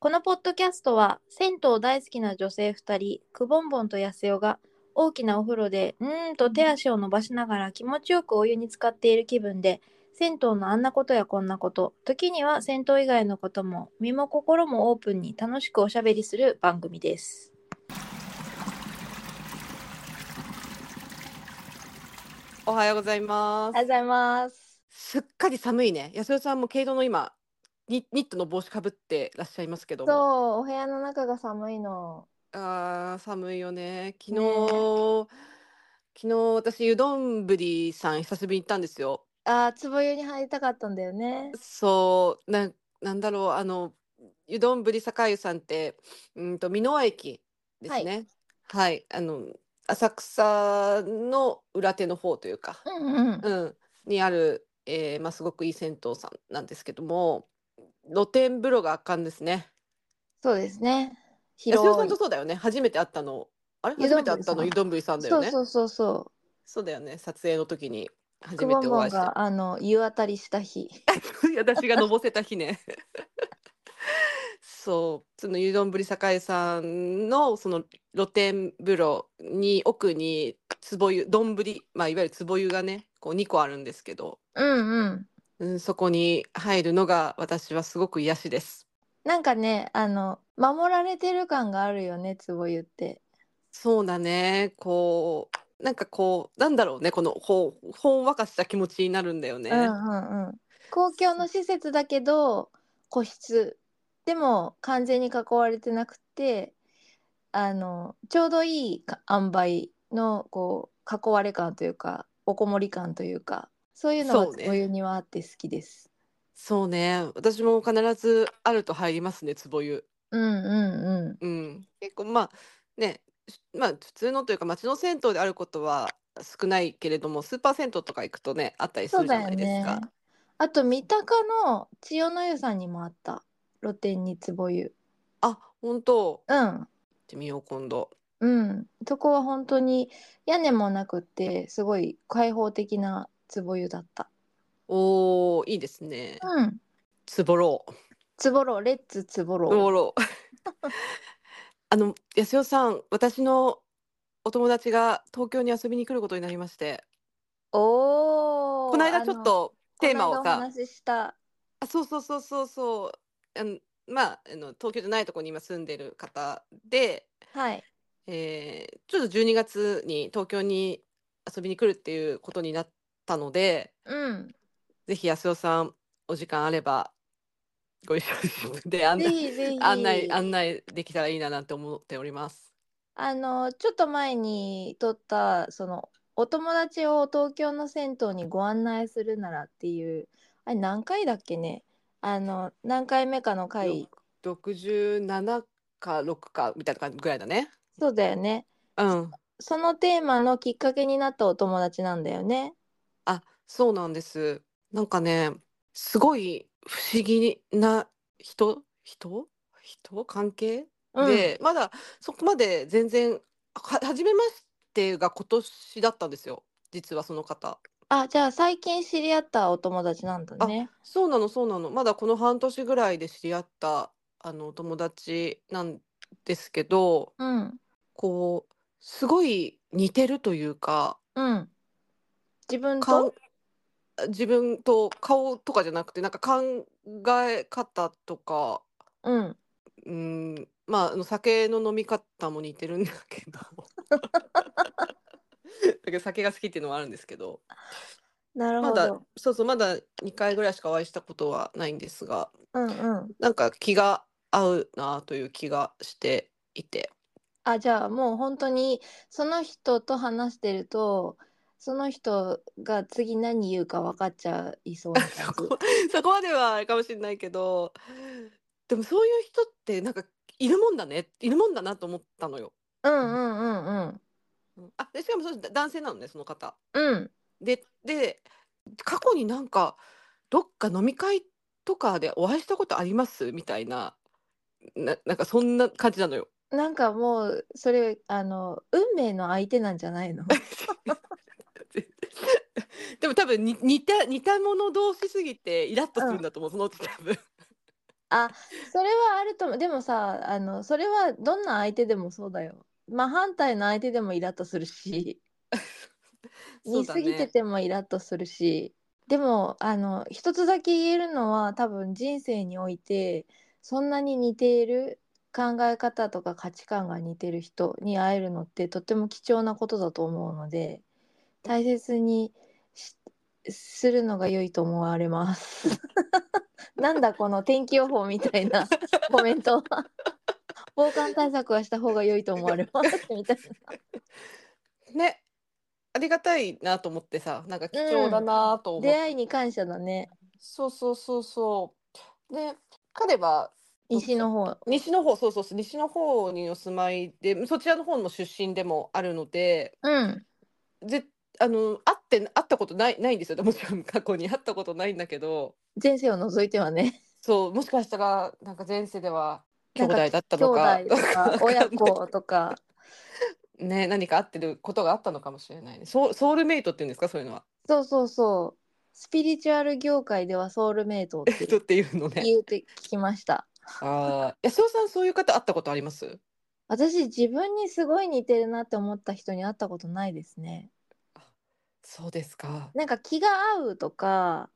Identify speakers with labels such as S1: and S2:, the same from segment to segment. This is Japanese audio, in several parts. S1: このポッドキャストは銭湯大好きな女性2人くぼんぼんとやすよが大きなお風呂でうーんと手足を伸ばしながら気持ちよくお湯に浸かっている気分で銭湯のあんなことやこんなこと時には銭湯以外のことも身も心もオープンに楽しくおしゃべりする番組です。
S2: おはようございま
S1: がとうございます。
S2: す。すっかり寒いね。安代さんも毛色の今ニニットの帽子かぶってらっしゃいますけども。
S1: そうお部屋の中が寒いの。
S2: あー寒いよね。昨
S1: ね
S2: 日昨日私うどんぶりさん久しぶりに行ったんですよ。
S1: あつぼ湯に入りたかったんだよね。
S2: そうなんなんだろうあのうどんぶり酒湯さんってうんと美濃駅ですね。はい、あの浅草の裏手の方というか。
S1: うんうん。
S2: うん、にある、えーまあ、すごくいい銭湯さんなんですけども露天風呂が圧巻ですね。
S1: そうですね。
S2: 安代さ
S1: 広
S2: ん
S1: い
S2: と。そうだよね初めて会ったのあれ
S1: 湯
S2: 初めて
S1: 丼ぶり
S2: 会っ
S1: さ
S2: た
S1: ん
S2: の湯丼ぶりさんだ
S1: そ
S2: よ
S1: う
S2: ね。
S1: そうそうそ
S2: そうだよね撮影の時に
S1: う。
S2: 初
S1: く
S2: め
S1: ぼん
S2: てお
S1: ぼ
S2: 会
S1: ん
S2: いして
S1: があの湯あたりした 日。
S2: 私がのぼせた日ね。 そうその湯丼ぶり栄さんのその露天風呂に奥に壺湯丼ぶり、まあ、いわゆる壺湯がねこう2個あるんですけど、
S1: うんうん。
S2: うん、そこに入るのが私はすごく癒しです。
S1: なんかね、あの守られてる感があるよね、つぼ湯って。
S2: そうだね。こう、なんかこう、なんだろうね。このほう、ほんわかした気持ちになるんだよね。
S1: うんうんうん。公共の施設だけど個室でも完全に囲われてなくて、あのちょうどいいか塩梅のこう囲われ感というか、おこもり感というか、そういうの
S2: そ
S1: が
S2: う
S1: つ
S2: ね
S1: ぼ湯にはあって好きです。
S2: そうね。私も必ずあると入りますね、壺湯。
S1: うんうんうん。
S2: うん。結構、まあ、ね、まあ、普通のというか、町の銭湯であることは少ないけれども、スーパー銭湯とか行くとね、あったりす
S1: そう
S2: るじゃ
S1: だよ
S2: ないですか。
S1: ね。あと三鷹の千代の湯さんにもあった露天に壺湯。
S2: あ、本当。
S1: う
S2: 行
S1: ん
S2: ってみよう、今度。
S1: うん。そこは本当に屋根もなくてすごい開放的な壺湯だった。
S2: おー、いいですね。
S1: うん。
S2: つぼろう。
S1: 壺ろレッツ壺
S2: おも
S1: ろ。
S2: ろ あの安代さん私のお友達が東京に遊びに来ることになりまして
S1: おお。
S2: この間ちょっとテーマを
S1: この間お
S2: さ
S1: 話しした。
S2: あそうそうそうそうそうあのまああの東京じゃないとこに今住んでる方で、
S1: はい。
S2: えーちょっと12月に東京に遊びに来るっていうことになったので
S1: うん。
S2: ぜひ安代さんお時間あればご一緒で案
S1: ぜ
S2: 内
S1: ひぜひ。
S2: 案内案内できたらいいななんて思っております。
S1: あのちょっと前に撮ったそのお友達を東京の銭湯にご案内するならっていうあれ何回だっけねあの何回目かの回
S2: 67か6かみたいな感じぐらいだね。
S1: そうだよね
S2: うん。
S1: そのテーマのきっかけになったお友達なんだよね
S2: あ、そうなんです。なんかね、すごい不思議な人、人、人関係
S1: うん
S2: で、まだそこまで全然、は、初めましてが今年だったんですよ。実はその方。
S1: あじゃあ最近知り合ったお友達なんだね
S2: そうなの、そうなの。まだこの半年ぐらいで知り合った、あの、友達なんですけど、
S1: うん
S2: こう、すごい似てるというか、
S1: うん自分
S2: 顔
S1: と
S2: 自分と顔とかじゃなくてなんか考え方とか
S1: うん
S2: うんまああの酒の飲み方も似てるんだけ どだけど酒が好きっていうのはあるんですけど
S1: なる
S2: ま
S1: ほ
S2: だ
S1: ど
S2: そうそうまだ2回ぐらいしかお会いしたことはないんですが
S1: うんうん
S2: なんか気が合うなという気がしていて
S1: あ、じゃあもう本当にその人と話してると、その人が次何言うか分かっちゃいそうな
S2: そ
S1: 感じ。
S2: こ そこまではあれかもしれないけどでもそういう人ってなんかいるもんだねいるもんだなと思ったのよ。
S1: うんうんうんうん。
S2: うんあでしかもそうだ男性なのねその方。
S1: うん。
S2: でで過去になんかどっか飲み会とかでお会いしたことありますみたいなななんかそんな感じなのよ。
S1: なんかもうそれ、あの、運命の相手なんじゃない の
S2: でも多分に似た似た者同士すぎてイラッとするんだと思う、そのうち多分
S1: あ、それはあると思う。でもさ、あの、それはどんな相手でもそうだよ。真反対の相手でもイラッとするし、
S2: そう
S1: 似
S2: だ
S1: すぎて
S2: ね。
S1: てもイラッとするし、でも、あの、一つだけ言えるのは、多分人生において、そんなに似ている考え方とか価値観が似てる人に会えるのってとっても貴重なことだと思うので、大切にしするのが良いと思われます。 なんだこの天気予報みたいなコメントは。防寒対策はした方が良いと思われますみたいな。
S2: ね、ありがたいなと思ってさ、なんか貴重だ
S1: うん
S2: なと思って
S1: 出会いに感謝だね。
S2: そうそうそうそう。で、彼は
S1: 西の方。
S2: 西の方、そうそうそう、西の方にお住まいで、そちらの方の出身でもあるので、
S1: うん。
S2: ぜ、あの、会って、会ったことない、ないんですよ。 もちろん過去に会ったことないんだけど、
S1: 前世を除いてはね。
S2: そう、もしかしたら、なんか前世では兄
S1: なんか
S2: 弟だった
S1: 兄
S2: のか、
S1: 弟と か親子とか。
S2: ね、何か会ってることがあったのかもしれないね。ソウ、ソウルメイトっていうんですか、そういうのは。
S1: そうそうそう。スピリチュアル業界ではソウルメイトって
S2: 人っていうのね。
S1: 言うって聞きました。
S2: ああ、安尾さん、そういう方会ったことあります
S1: 私自分にすごい似てるなって思った人に会ったことないですね。
S2: そうですか。
S1: なんか気が合うとか、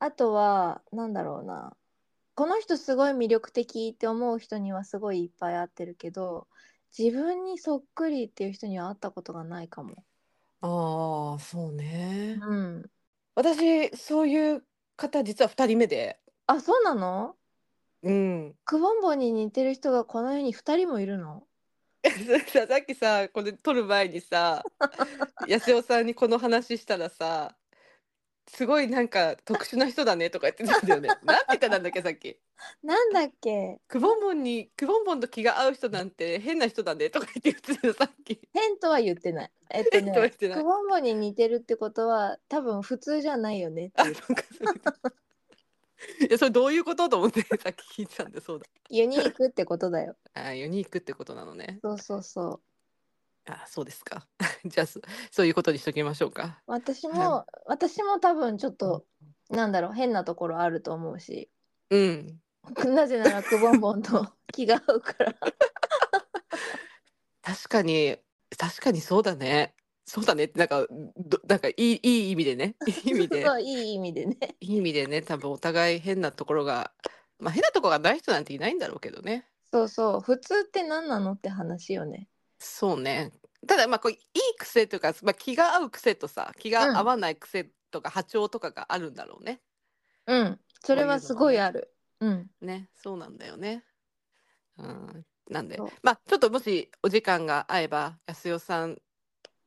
S1: あとはなんだろうな。この人すごい魅力的って思う人にはすごいいっぱい会ってるけど、自分にそっくりっていう人には会ったことがないかも。
S2: ああ、そうね。
S1: うん。
S2: 私、そういう方、実は2人目で。
S1: あ、そうなの
S2: うん。
S1: くぼんぼに似てる人がこの世に2人もいるの
S2: さ さっきさ、これ撮る前に さ、安代さんにこの話したらさ、すごいなんか特殊な人だねとか言ってたんだよ ね。なんて言ってたんだっけ、さっき。
S1: なんだっけ
S2: くぼんぼんに、くぼんぼんと気が合う人なんて変な人だねとか言って言ってたよさっき。
S1: 変とは言ってない。えっと
S2: 変とは言
S1: ね、
S2: ってない
S1: くぼんぼに似てるってことは多分普通じゃないよねって
S2: あ、
S1: い
S2: なん
S1: う。
S2: かそれ。いや、それどういうこと と思ってさっき聞いてたんで、そうだ。
S1: ユニークってこと だよ。
S2: あー、ユニークってことなのね。
S1: そうそうそう。
S2: あ、そうですか。 じゃあ、そそういうことにしときましょうか。
S1: 私
S2: は
S1: も、私も多分ちょっと、なんだろう、変なところあると思うし、
S2: うん。
S1: なぜならくぼんぼんと気が合うから。
S2: 確かに、確かにそうだね。そうだねって、なんか、ど、なんかいい、いい意味 でね。いい意味で、
S1: そう、いい意味でね。
S2: いい意味でね、多分お互い変なところが、まあ変なところがない人なんていないんだろうけどね。
S1: そうそう、普通って何なのって話よね。
S2: そうね。ただ、まあ、こう、いい癖というか、まあ、気が合う癖とさ、気
S1: うん
S2: が合わない癖とか波長とかがあるんだろうね。
S1: うん、それはすごいある。うん、
S2: ね、そうなんだよね。うん、なんで
S1: そう、
S2: まあ、ちょっともしお時間が合えば、安代さん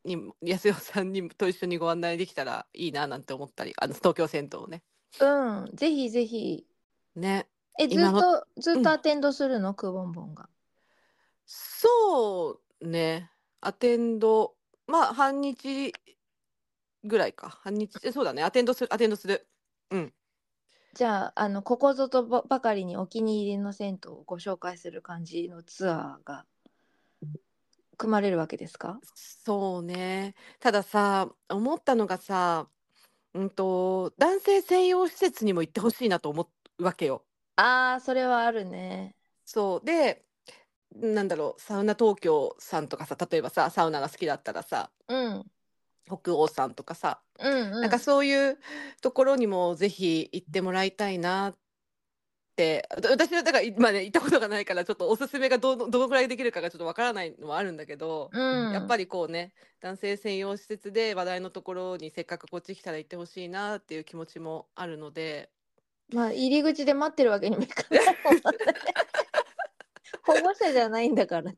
S2: に も、安代さんにもと一緒にご案内できたらいいななんて思ったり、あの、東京銭湯をね。
S1: うん、ぜひぜひ。
S2: ね、
S1: え、ずっ
S2: 今の
S1: と、ずっ
S2: うん
S1: とアテンドするの、くぼんぼんが。
S2: そうね、アテンド、まあ、半日ぐらいか、半日、えそうだね、アテンドする、アテンドする。うん、
S1: じゃあ、あの、ここぞとばばかりにお気に入りの銭湯をご紹介する感じのツアーが組まれるわけですか
S2: そうね。たださ、思ったのがさ、うんと、男性専用施設にも行ってほしいなと思うわけよ。
S1: ああー、それはあるね。
S2: そうでなんだろうサウナ東京さんとかさ例えばさサウナが好きだったらさ
S1: うん、うん、
S2: 北欧さんとかさ、
S1: うん。
S2: なんかそういうところにもぜひ行ってもらいたいなってわ私はだから今ね行ったことがないからちょっとおすすめがどのどのぐらいできるかがちょっとわからないのはあるんだけど、
S1: うん
S2: やっぱりこうね男性専用施設で話題のところにせっかくこっち来たら行ってほしいなっていう気持ちもあるので。
S1: まあ、入り口で待ってるわけにもいかないもん ね。 保護者じゃないんだ からね。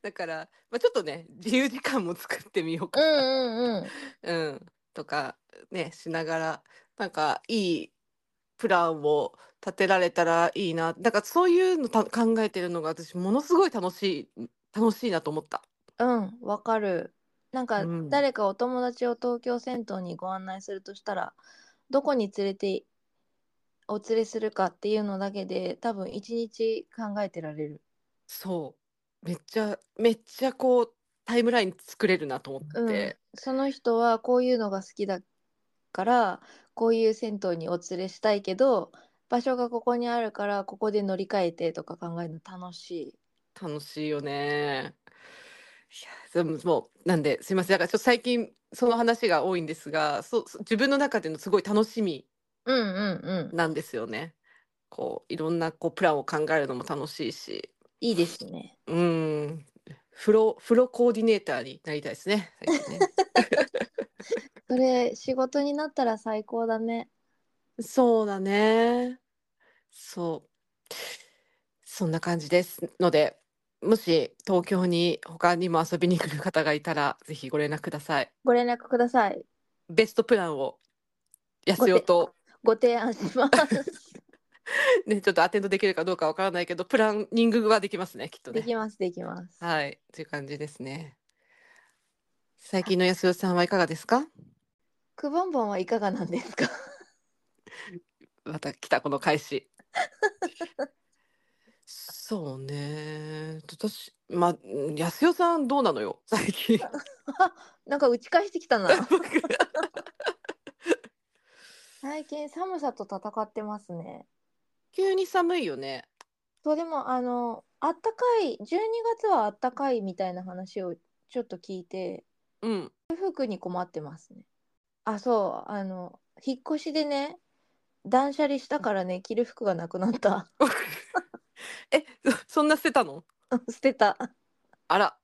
S2: だから、まあ、ちょっとね自由時間も作ってみよう
S1: う
S2: か
S1: んうんう
S2: な。
S1: ん。
S2: うん、とかねしながらなんかいいプランを立てられたらいいなだからそういうのた考えてるのが私ものすごい楽しい楽しいなと思った。
S1: うん、わかる。なんか
S2: うん
S1: 誰かお友達を東京銭湯にご案内するとしたら、どこに連れてお連れするかっていうのだけで、多分一日考えてられる。
S2: そうめっちゃめっちゃこうタイムライン作れるなと思
S1: う
S2: っ
S1: ん
S2: て、。
S1: その人はこういうのが好きだから、こういう銭湯にお連れしたいけど、場所がここにあるからここで乗り換えてとか考えるの楽しい。
S2: 楽しいよね。いやでももうなんですいませんだからちょっと最近その話が多いんですがそうそう自分の中でのすごい楽しみ
S1: うんうんうん。
S2: なんですよね。こういろんなこうプランを考えるのも楽しいし
S1: いいですね。
S2: うん風呂風呂コーディネーターになりたいですね最近ね
S1: それ仕事になったら最高だね。
S2: そうだねそうそんな感じですのでもし東京に他にも遊びに来る方がいたらぜひご連絡ください
S1: ご連絡ください。
S2: ベストプランを安代と
S1: ご提案し ます。
S2: ね、ちょっとアテンドできるかどうかわからないけど、プランニングはできますね、きっと
S1: で
S2: ね。
S1: きますできます。
S2: はい、という感じですね。最近の安代さんはいかがですか
S1: くぼんぼんはいかがなんですか。
S2: また来たこの開始。そうね。私、まあ、うん安代さんどうなのよ、最近。
S1: なんか打ち返してきた な。最近寒さと戦ってますね。
S2: 急に寒いよね。
S1: そうでもあのあったかい12月はあったかいみたいな話をちょっと聞いて
S2: うん。
S1: 服に困ってますね。あそうあの引っ越しでね断捨離したからね着る服がなくなった。
S2: え、そんな捨てたの
S1: 捨てた。
S2: あら。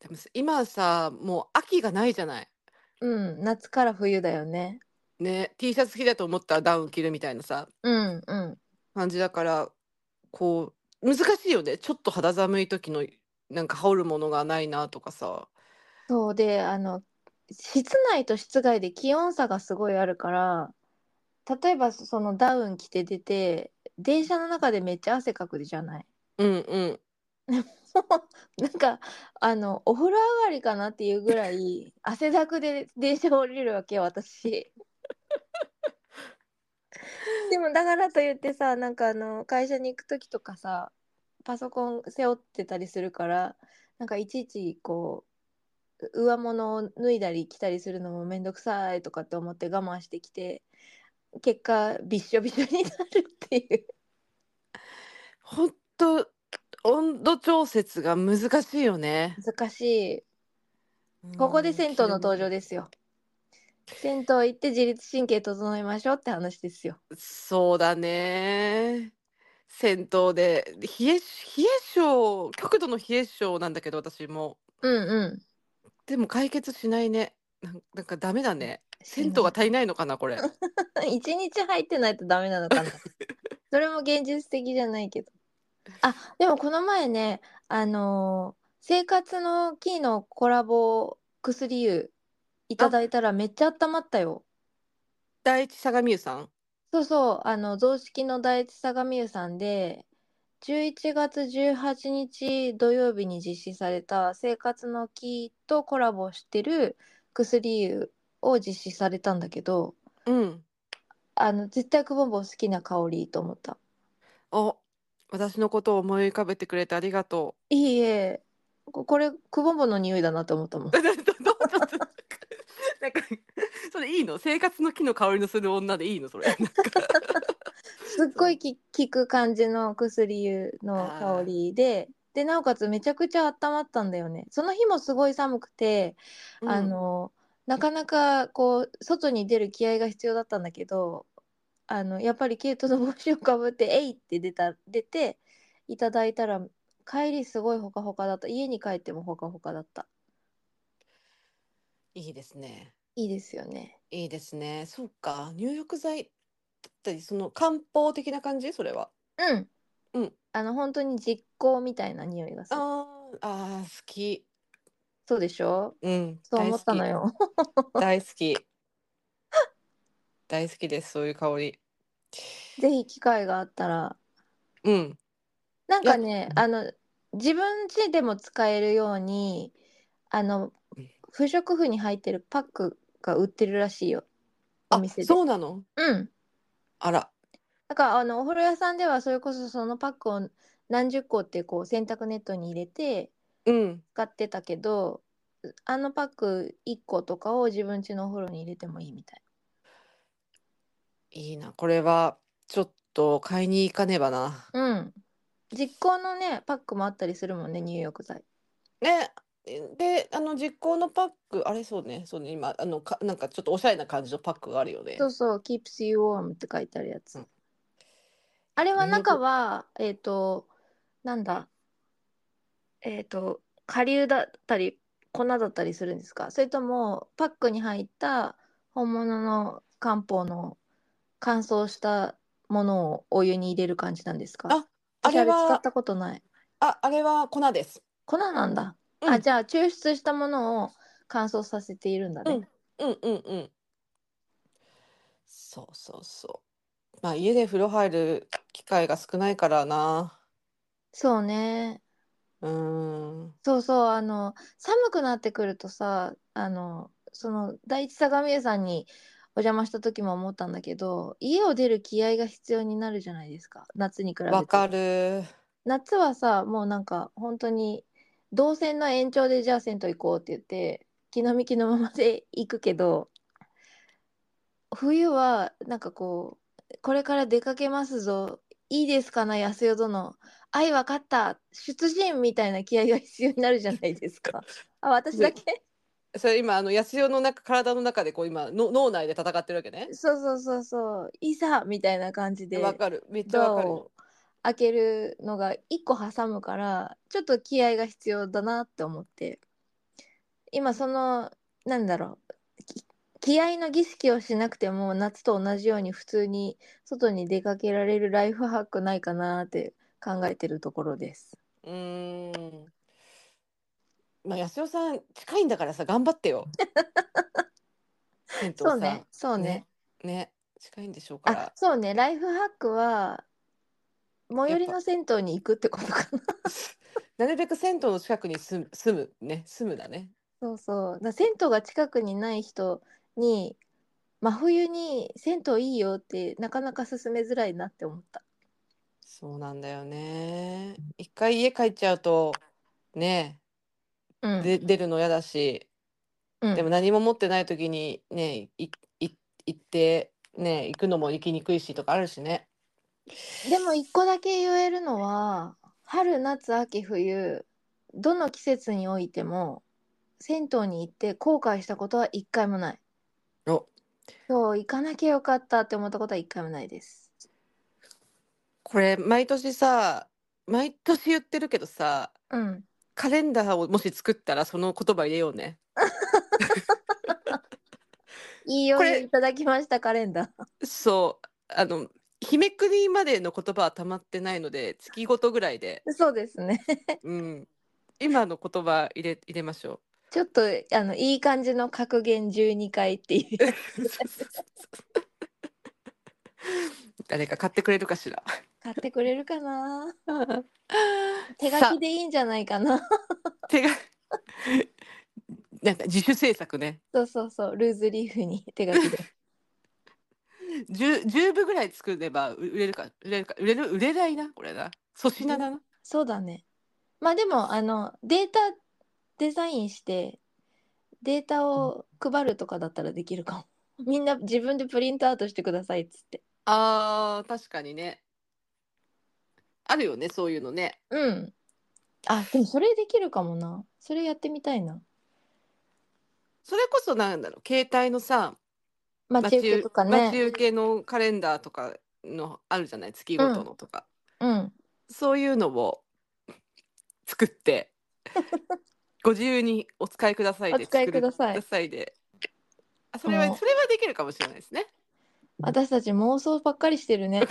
S2: でも今さ、もう秋がないじゃない。
S1: うん夏から冬だよね。
S2: ね、T シャツ着だと思ったらダウン着るみたいなさ
S1: うんうん。
S2: 感じだからこう難しいよねちょっと肌寒い時のなんか羽織るものがないなとかさ
S1: そうであの室内と室外で気温差がすごいあるから例えばそのダウン着て出て電車の中でめっちゃ汗かくじゃない。
S2: うんうん
S1: もう なんかあのお風呂上がりかなっていうぐらい汗だくで電車を降りるわけよ私。でもだからといってさなんかあの会社に行く時とかさパソコン背負ってたりするからなんかいちいちこう上物を脱いだり着たりするのもめんどくさいとかって思って我慢してきて結果びっしょびしょになるっていう。
S2: ほんと温度調節が難しいよね
S1: 難しいここで銭湯の登場
S2: で
S1: ですよ。銭湯行って自律神経整えましょうって話ですよ。
S2: そうだね銭湯で冷え冷え性極度の冷え性なんだけど私も
S1: うんうん。
S2: でも解決しないねなんなんかダメだね銭湯が足りないのかなこれ
S1: 一日入ってないとダメなのかな。それも現実的じゃないけど。あでもこの前ね、あのー生活のキーのコラボ薬湯いただいたらめっちゃ温まったよ。
S2: 第一相模湯さん
S1: そうそう、あの、雑式の第一相模湯さんで、11月18日土曜日に実施された生活の木とコラボしてる薬湯を実施されたんだけど、
S2: うん。
S1: あの、絶対くぼんぼん好きな香りと思った。
S2: お、私のことを思い浮かべてくれてありがと
S1: いいえ、ここれ、くぼんぼんの匂いだなと思ったもん
S2: う。。どう どうどうなんか、それいいの生活の木の香りのする女でいいのそ れ。なんか
S1: すっごいき効く感じの薬湯の香りで、で、なおかつめちゃくちゃ温まったんだよね。その日もすごい寒くて、あ、のなかなかこう外に出る気合が必要だったんだけどあのやっぱり毛糸の帽子をかぶって 「えい!」って出た出ていただいたら帰りすごいほかほかだった家に帰ってもほかほかだった
S2: うんいいですね。
S1: いいですよね
S2: いいですね。そうか。入浴剤だったり、その漢方的な感じそれは。
S1: うん
S2: うん
S1: あの本当に実行みたいな匂いがする
S2: あーあー、好き。
S1: そうでしょ
S2: うん。
S1: そう
S2: 大
S1: 思
S2: 好
S1: った
S2: き
S1: の。よ
S2: 大好き。大好きです。そういう香り。
S1: ぜひ機会があったら
S2: うん。
S1: なんかね
S2: い、や
S1: あの、自分家でも使えるように、あの
S2: うん、
S1: 不織布に入ってるパックが売ってるらしいよ。お
S2: あ、
S1: 店で。
S2: そうなの
S1: うん。
S2: あら。
S1: だから、あの、お風呂屋さんでは、それこそそのパックを何十個って、こう、洗濯ネットに入れて
S2: うん。
S1: 使ってたけど、あのパック1個とかを自分家のお風呂に入れてもいいみたい。
S2: いいな、これはちょっと買いに行かねばな。
S1: うん。実行のね、パックもあったりするもんね、入浴剤。
S2: ね、で、あの実行のパック、あれそうね、そうね、今、あのか、なんかちょっとおしゃれな感じのパックがあるよね。
S1: そうそう、keeps you warm って書いてあるやつ。
S2: うん
S1: あれは中は、えっ、と、なんだ、えっ、と、顆粒だったり、粉だったりするんですかそれとも、パックに入った本物の漢方の乾燥したものをお湯に入れる感じなんですか
S2: ああ
S1: 私
S2: れ
S1: あれ使っ
S2: は、
S1: たことない。
S2: あ、あれは粉です。
S1: 粉なんだ。
S2: うん
S1: あ、じゃあ、抽出したものを乾燥させているんだね。
S2: うんうんうん。そうそうそう。まあ家で風呂入る機会が少ないからな。
S1: そうね。
S2: うーん。
S1: そうそう、あの、寒くなってくるとさ、あの、その、第一相模湯さんにお邪魔した時も思ったんだけど、家を出る気合が必要になるじゃないですか、夏に比べ
S2: わ
S1: て。
S2: かる。
S1: 夏はさ、もうなんか、本当に、動線の延長で、じゃあ銭湯行こうって言って、気の身気のままで行くけど、冬は、なんかこう、これから出かけますぞ、いいですかな、安代殿。愛わかった、出陣みたいな気合が必要になるじゃないです か。あ、私だけ
S2: それ今あの安代の中体の中でこう今の脳内で戦ってるわけね。
S1: そうそうそうそう、いざみたいな感じで、
S2: わかる。めっちゃ
S1: ドア
S2: わかる。
S1: を開けるのが一個挟むから、ちょっと気合が必要だなって思って、今その、なんだろう、き気合の儀式をしなくても夏と同じように普通に外に出かけられるライフハックないかなって考えてるところです。
S2: うーん。まあ安代さん近いんだからさ頑張っ てよ。銭湯
S1: そう
S2: さ
S1: ね、そうね。
S2: ね。ね近いんでしょうか
S1: あ
S2: ら、。
S1: そうね、ライフハックは、最寄りの銭湯に行くってことかな。
S2: なるべく銭湯の近くに住む住むね住むだね。
S1: そうそう。だ銭湯が近くにない人に、真冬に銭湯いいよってなかなか勧めづらいなって思った。
S2: そうなんだよね。一回家帰っちゃうとね
S1: うん。
S2: で出るの嫌だし、
S1: うん
S2: でも何も持ってない時にねいい行ってね行くのも行きにくいしとかあるしね。
S1: でも一個だけ言えるのは、春、夏、秋、冬、どの季節においても、銭湯に行って後悔したことは一回もない。
S2: お
S1: そう、行かなきゃよかったって思ったことは一回もないです。
S2: これ毎年さ毎年言ってるけどさ
S1: うん。
S2: カレンダーをもし作ったらその言葉入れようね。
S1: いいよ
S2: これ
S1: いただきました、カレンダー。
S2: そうあの日めくりまでの言葉はたまってないので月ごとぐらいで、
S1: そうですね。
S2: うん、今の言葉入れ入れましょう。
S1: ちょっと、あの、いい感じの格言12回っていう。
S2: 誰か買ってくれるかし ら。
S1: 買ってくれるかな手書
S2: さ
S1: きでいいんじゃないかな
S2: 手が なんか自主制作ね。
S1: そうそうそうルーズリーフに手書きで
S2: 十十部ぐらい作れば売れるか売れるか売れる売れないなこれな。粗品だな。
S1: そうだねまあでもあのデータデザインしてデータを配るとかだったらできるかもみんな自分でプリントアウトしてくださいっつって
S2: あー確かにね。あるよねそういうのね。
S1: うんあでもそれできるかもなそれやってみたいな
S2: それこそなんだろう携帯のさ
S1: 待ち受けとか
S2: 待ち
S1: ね
S2: 受けのカレンダーとかのあるじゃない月ごとのとか。
S1: うん
S2: そういうのを作って、ご自由にお使いくださいで
S1: お使い
S2: 作る
S1: ください
S2: で。あ、それは
S1: もう
S2: それはできるかもしれないですね。
S1: 私たち妄想ばっかりしてる ね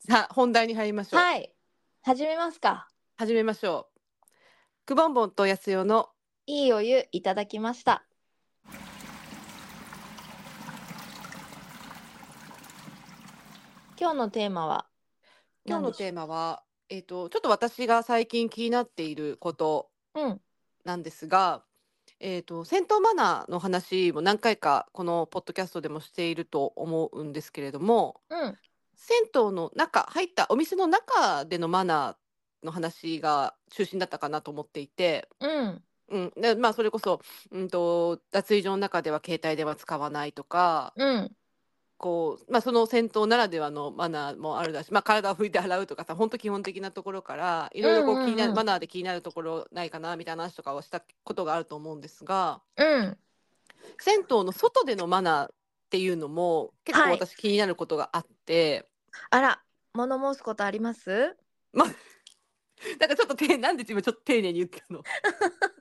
S2: さあ本題に入りましょう。
S1: はい始めますか
S2: 始めましょう。くぼんぼんとやすよの
S1: いいお湯いただきました今日のテーマは
S2: 今日のテ
S1: ー
S2: ーマは、えっ、とちょっと私が最近気になっていること
S1: マうん
S2: なんですが、えっ、と戦闘マナーの話も何回かこのポッドキャストでもしていると思うんですけれども、
S1: うん
S2: 銭湯の中入ったお店の中でのマナーの話が中心だったかなと思っていて、
S1: うん
S2: うんでまあ、それこそ、うん、と脱衣所の中では携帯電話使わないとか
S1: うん
S2: こう、まあ、その銭湯ならではのマナーもあるだし、まあ、体を拭いて洗うとかさ本当基本的なところからいろいろこ
S1: うんうんう
S2: うん気になるマナーで気になるところないかなみたいな話とかをしたことがあると思うんですが
S1: うん。
S2: 銭湯の外でのマナーっていうのも結構
S1: はい
S2: 私気になることがあって、
S1: あら、物申すことあります
S2: なんかちょっとてなんで自分ちょっと丁寧に言ったの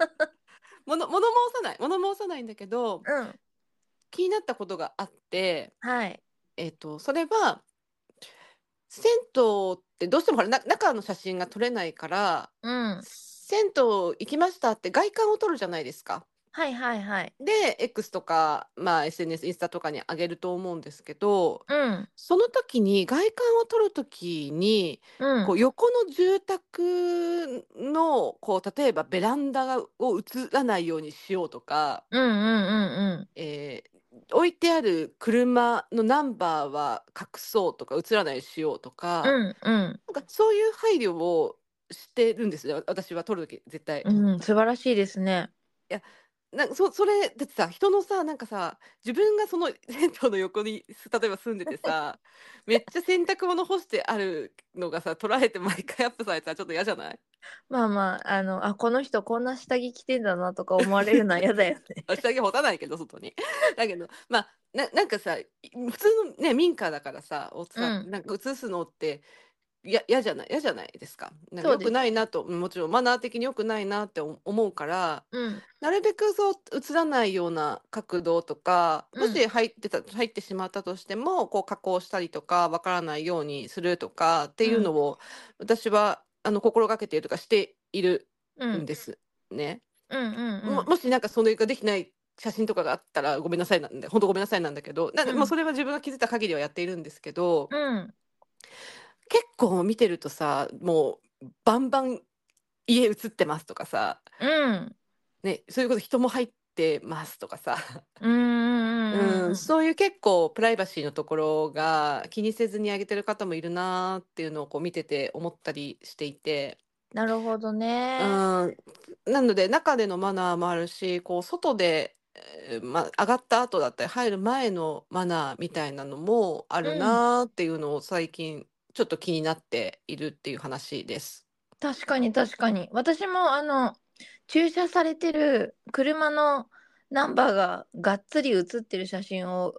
S2: 物物申さない物申さないんだけど
S1: うん。
S2: 気になったことがあって。
S1: はい。
S2: えっと、それは銭湯ってどうしてもほらな中の写真が撮れないから
S1: うん。
S2: 銭湯行きましたって外観を撮るじゃないですか。
S1: はいはいはい。
S2: で X とか、まあ、SNS インスタとかに上げると思うんですけど
S1: うん。
S2: その時に外観を撮る時に
S1: うん。
S2: こう横の住宅のこう例えばベランダを映らないようにしようとか。
S1: うんうんうん
S2: えー置いてある車のナンバーは隠そうとか映らないようにしようとか、
S1: うん。うん
S2: なんかそういう配慮をしてるんですよ私は撮る時絶対。
S1: うん。うん。素晴らしいですね。
S2: なんかそそれだってさ人のさなんかさ自分がその 銭湯の横に例えば住んでてさめっちゃ洗濯物干してあるのがさ撮られて毎回アップされたらちょっと嫌じゃない
S1: まあまあ、あの、あ、この人こんな下着着てんだなとか思われるのは嫌だよね。
S2: 私だけ干さないけど外に。 だけどまあななんかさい普通のね民家だからさをさ、
S1: う
S2: なんか映すのってや嫌じゃない嫌じゃないですか。なん
S1: そ
S2: か
S1: う
S2: 良
S1: です
S2: くないなともちろんマナー的に良くないなって思思うから。
S1: うん。
S2: なるべくそう映らないような角度とか、
S1: うん
S2: もし入ってた、入ってしまったとしても、こう加工したりとか、わからないようにするとかっていうのを、私は、あの、心がけているとかしている
S1: うんん。
S2: ですね。
S1: うんうんうん
S2: も、もしなんかそれができない写真とかがあったらごめんなさいなんで、本当ごめんなさいなんだけど、な
S1: うん
S2: まあそれは自分が気づいた限りはやっているんですけど、
S1: うん。
S2: 結構見てるとさ、もうバンバン家映ってますとかさ、
S1: うん。
S2: ね、そういうこと人も入ってますとかさ、
S1: うんうんうんう
S2: うんん、そういう結構プライバシーのところが気にせずに上げてる方もいるなーっていうのをこう見てて思ったりしていて、
S1: なるほど
S2: う
S1: ね
S2: ん、。なので中でのマナーもあるしこう外で、えーま、上がった後だったり入る前のマナーみたいなのもあるなーっていうのを最近ちょっと気になっているっていう話です。
S1: 確かに確かに。私もあの、駐車されてる車のナンバーががっつり写ってる写真を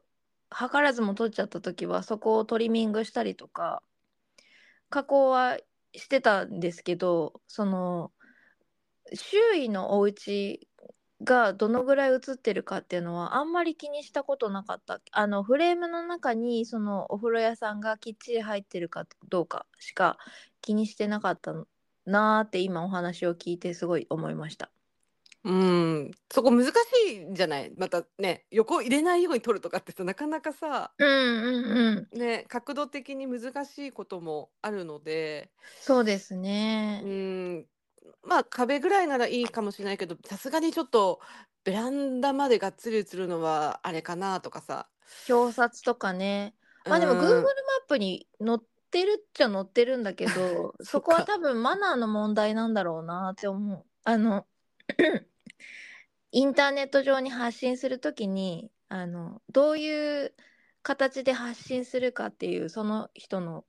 S1: 図らずも撮っちゃった時はそこをトリミングしたりとか加工はしてたんですけどその周囲のお家がどのぐらい写ってるかっていうのはあんまり気にしたことなかったあのフレームの中にそのお風呂屋さんがきっちり入ってるかどうかしか気にしてなかったなーって今お話を聞いてすごい思いました。
S2: うん、そこ難しいんじゃないまたね横入れないように撮るとかってさなかなかさ
S1: うんうんうん。
S2: ね、角度的に難しいこともあるので、
S1: そうです
S2: う
S1: ね。
S2: ん、まあ壁ぐらいならいいかもしれないけど、さすがにちょっとベランダまでがっつり映るのはあれかなとかさ。
S1: 表札とかね。まあでも
S2: うん
S1: Google マップに載ってるっちゃ載ってるんだけど、
S2: そ
S1: そ
S2: っ
S1: こ
S2: か
S1: は多分マナーの問題なんだろうなって思う。あの、 インターネット上に発信するときに、あの、どういう形で発信するかっていう、その人の、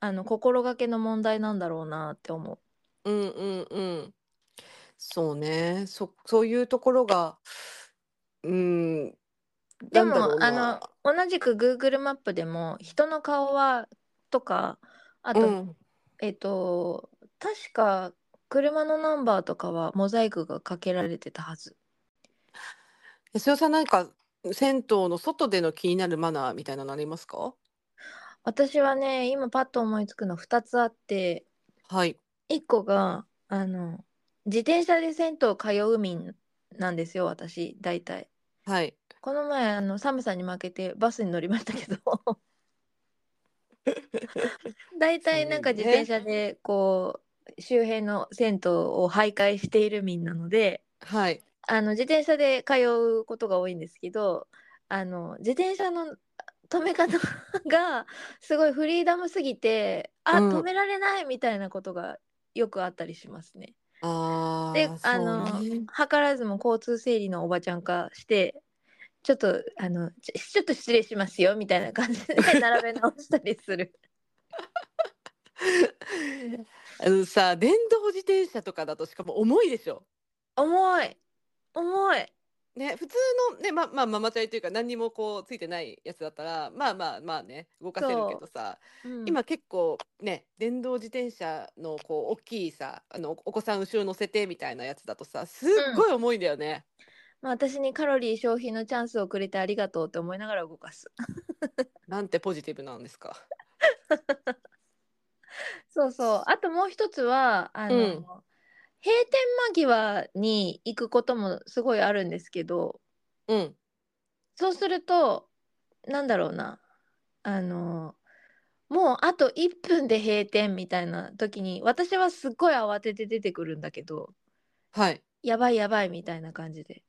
S1: あの、心がけの問題なんだろうなって思う。
S2: うんうんうん。そうね。そ、そういうところが、うん、
S1: で
S2: なんだろう
S1: もあ
S2: な。
S1: の同じく Google マップでも人の顔はとかあと、
S2: うん、
S1: えっと確か車のナンバーとかはモザイクがかけられてたはず
S2: 安代さんなんか銭湯の外での気になるマナーみたいなのありますか
S1: 私はね今パッと思いつくの2つあって
S2: はい。
S1: 1個があの自転車で銭湯通う民なんですよ私大体
S2: はい。
S1: この前あの寒さに負けてバスに乗りましたけ ど大体なんか自転車でこう周辺の銭湯を徘徊している民なので
S2: はい。
S1: あの自転車で通うことが多いんですけどあの自転車の止め方がすごいフリーダムすぎてあ
S2: うん
S1: 止められないみたいなことがよくあったりしますね。
S2: あ
S1: で
S2: あ、
S1: あ
S2: そう
S1: の
S2: ね。
S1: 図らずも交通整理のおばちゃん化してちょっとあのちょちょっと失礼しますよみたいな感じで並べ直したりする。
S2: あのさ電動自転車とかだとしかも重いでしょ。
S1: 重い重い
S2: ね、普通の、ねままあ、ママチャリというか何にもこうついてないやつだったらまあまあまあね動かせるけどさ、
S1: うん
S2: 今結構ね電動自転車のこう大きいさあのおお子さん後ろ乗せてみたいなやつだとさすっごい重いんだよね。
S1: まあ、私にカロリー消費のチャンスをくれてありがとうって思いながら動かす。
S2: なんてポジティブなんですか。
S1: そうそう。あともう一つは、あの、
S2: うん
S1: 閉店間際に行くこともすごいあるんですけど、
S2: うん、
S1: そうすると、なんだろうな。あの、もうあと1分で閉店みたいな時に、私はすっごい慌てて出てくるんだけど、
S2: はい、
S1: やばいやばいみたいな感じで。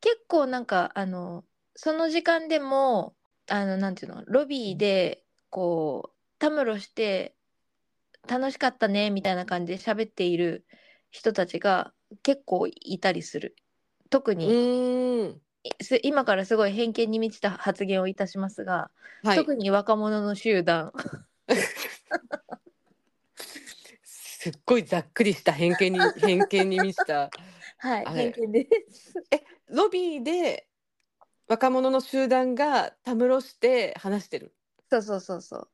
S1: 結構なんか、あの、その時間でも、あの、なんていうの、ロビーで、こう、たむろして、楽しかったね、みたいな感じで喋っている人たちが結構いたりする。特
S2: う
S1: に、
S2: ーん、
S1: す今からすごい偏見に満ちた発言をいたしますが、
S2: はい、
S1: 特に若者の集団。
S2: すっごいざっくりした偏見に 偏見に満ちた
S1: はい、
S2: あれ
S1: 偏見です。
S2: ロビーで若者の集団がたむろして話してる。
S1: そうそうそうそう。